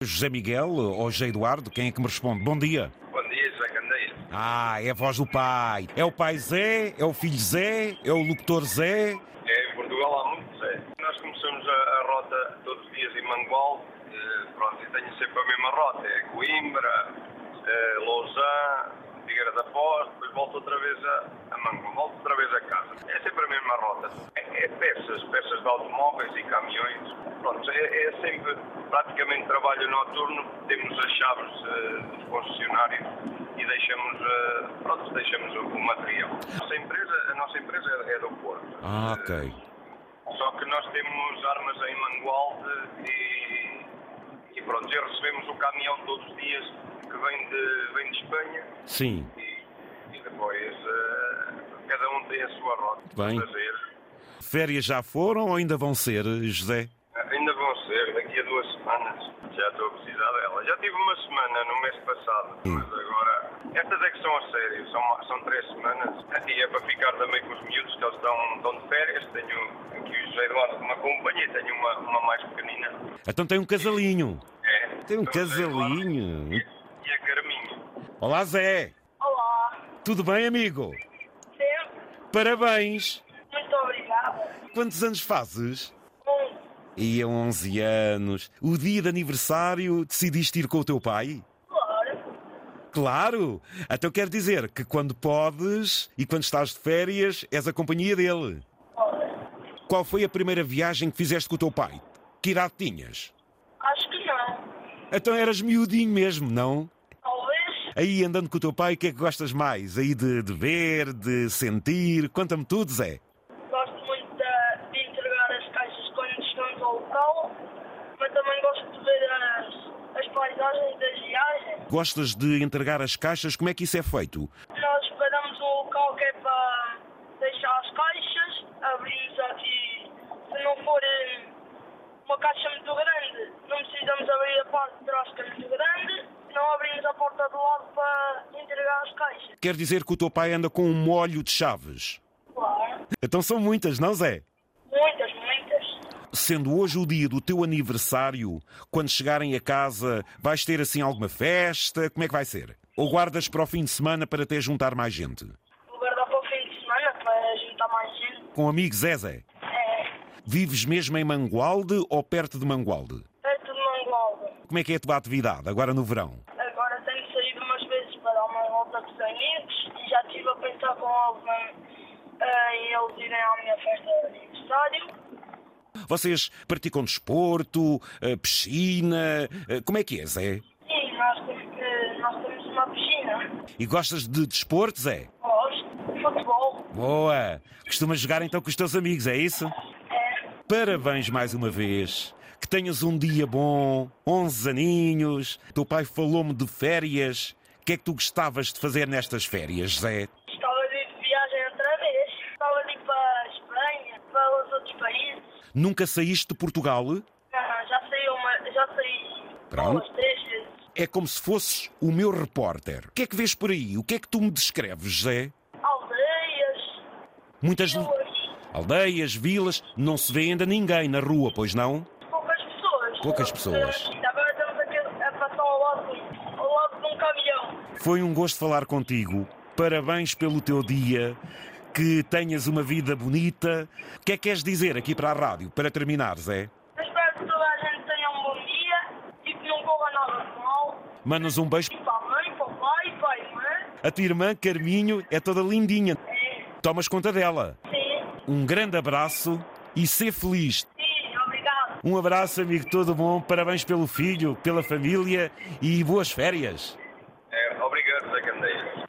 José Miguel eh, ou José Eduardo, quem é que me responde? Bom dia. Bom dia, José Candeia. Ah, é a voz do pai. É o pai Zé, é o filho Zé, é o locutor Zé. É, em Portugal há muito Zé. Nós começamos a, a rota todos os dias em Mangual, eh, pronto, e tenho sempre a mesma rota, é Coimbra, eh, Lausanne, Figueira da Foz, depois volto outra vez a, a Mangual, volto outra vez a casa. É sempre a mesma rota. É, é peças, peças de automóveis e caminhões, pronto, é, é sempre praticamente trabalho noturno, temos as chaves eh, dos concessionários e deixamos, eh, pronto, deixamos o, o material. A nossa empresa, a nossa empresa é, é do Porto. Ah, ok. Só que nós temos armas em Mangualde e, e pronto, já recebemos o caminhão todos os dias que vem de, vem de Espanha Sim. e, e depois eh, cada um tem a sua rota. Bem. Prazer. Férias já foram ou ainda vão ser, José? Ainda vão ser, daqui a duas semanas. Já estou a precisar dela. Já tive uma semana no mês passado, Hum. mas agora. Estas é que são a sério, são, são três semanas. E é para ficar também com os miúdos, que eles estão, estão de férias. Tenho aqui o José Eduardo que me acompanha e tenho uma, uma mais pequenina. Então tem um casalinho. É. Tem um Então, o José Eduardo casalinho. E a Carminha. Olá, Zé. Olá, Tudo bem, amigo? sempre. Parabéns. Muito obrigada. Quantos anos fazes? Um, E 11 anos. O dia de aniversário decidiste ir com o teu pai? claro. Claro! Então quer dizer que quando podes e quando estás de férias és a companhia dele. Olha, Qual foi a primeira viagem que fizeste com o teu pai? Que idade tinhas? acho que não. Então eras miudinho mesmo, não? Talvez. Aí andando com o teu pai, o que é que gostas mais? Aí de, de ver, de sentir? Conta-me tudo, Zé. Gosto muito de, de entregar as caixas quando chegamos ao local, mas também gosto de ver as, as paisagens das viagens. Gostas de entregar as caixas? Como é que isso é feito? Nós paramos um local que é para deixar as caixas, abrimos aqui. Se não for eh, uma caixa muito grande, não precisamos abrir a parte de trás que é muito grande, não abrimos a porta do lado para entregar as caixas. Quer dizer que o teu pai anda com um molho de chaves. Claro. Então são muitas, não, Zé? Muitas, muitas. Sendo hoje o dia do teu aniversário, quando chegarem a casa, vais ter assim alguma festa? Como é que vai ser? Ou guardas para o fim de semana para até juntar mais gente? Vou guardar para o fim de semana para juntar mais gente. Com amigos, é, Zé? É, Vives mesmo em Mangualde ou perto de Mangualde? perto de Mangualda. Como é que é a tua atividade agora no verão? Agora tenho saído umas vezes para dar uma volta com os amigos e já estive a pensar com algum eh, em eles irem à minha festa de aniversário. Vocês praticam desporto, eh, piscina? eh, Como é que é, Zé? Sim, nós, temos que- nós temos uma piscina. E gostas de desporto, Zé? Gosto. Futebol. Boa! Costumas jogar então com os teus amigos, é isso? É. Parabéns mais uma vez. Que tenhas um dia bom, 11 aninhos. Teu pai falou-me de férias. O que é que tu gostavas de fazer nestas férias, Zé? Estava de ir de viagem outra vez. Estava de ir para a Espanha, para os outros países. Nunca saíste de Portugal? Não, já saí uma. Já saí Pronto. duas, três vezes. É como se fosses o meu repórter. O que é que vês por aí? O que é que tu me descreves, Zé? Aldeias, Muitas l- ruas, aldeias, vilas, não se vê ainda ninguém na rua, pois não? poucas pessoas. Poucas pessoas. Agora estamos aqui a passar ao lado, ao lado de um caminhão. Foi um gosto falar contigo. Parabéns pelo teu dia. Que tenhas uma vida bonita. O que é que queres dizer aqui para a rádio, para terminar, Zé? Eu espero que toda a gente tenha um bom dia e que não corra nada de mal. Mandas um beijo E para a mãe, para o pai, para a irmã. A tua irmã, Carminho, é toda lindinha. É, Tomas conta dela. sim. Um grande abraço e ser feliz. Sim, obrigado. Um abraço, amigo, todo bom. Parabéns pelo filho, pela família e boas férias. É, obrigado, José Candeia.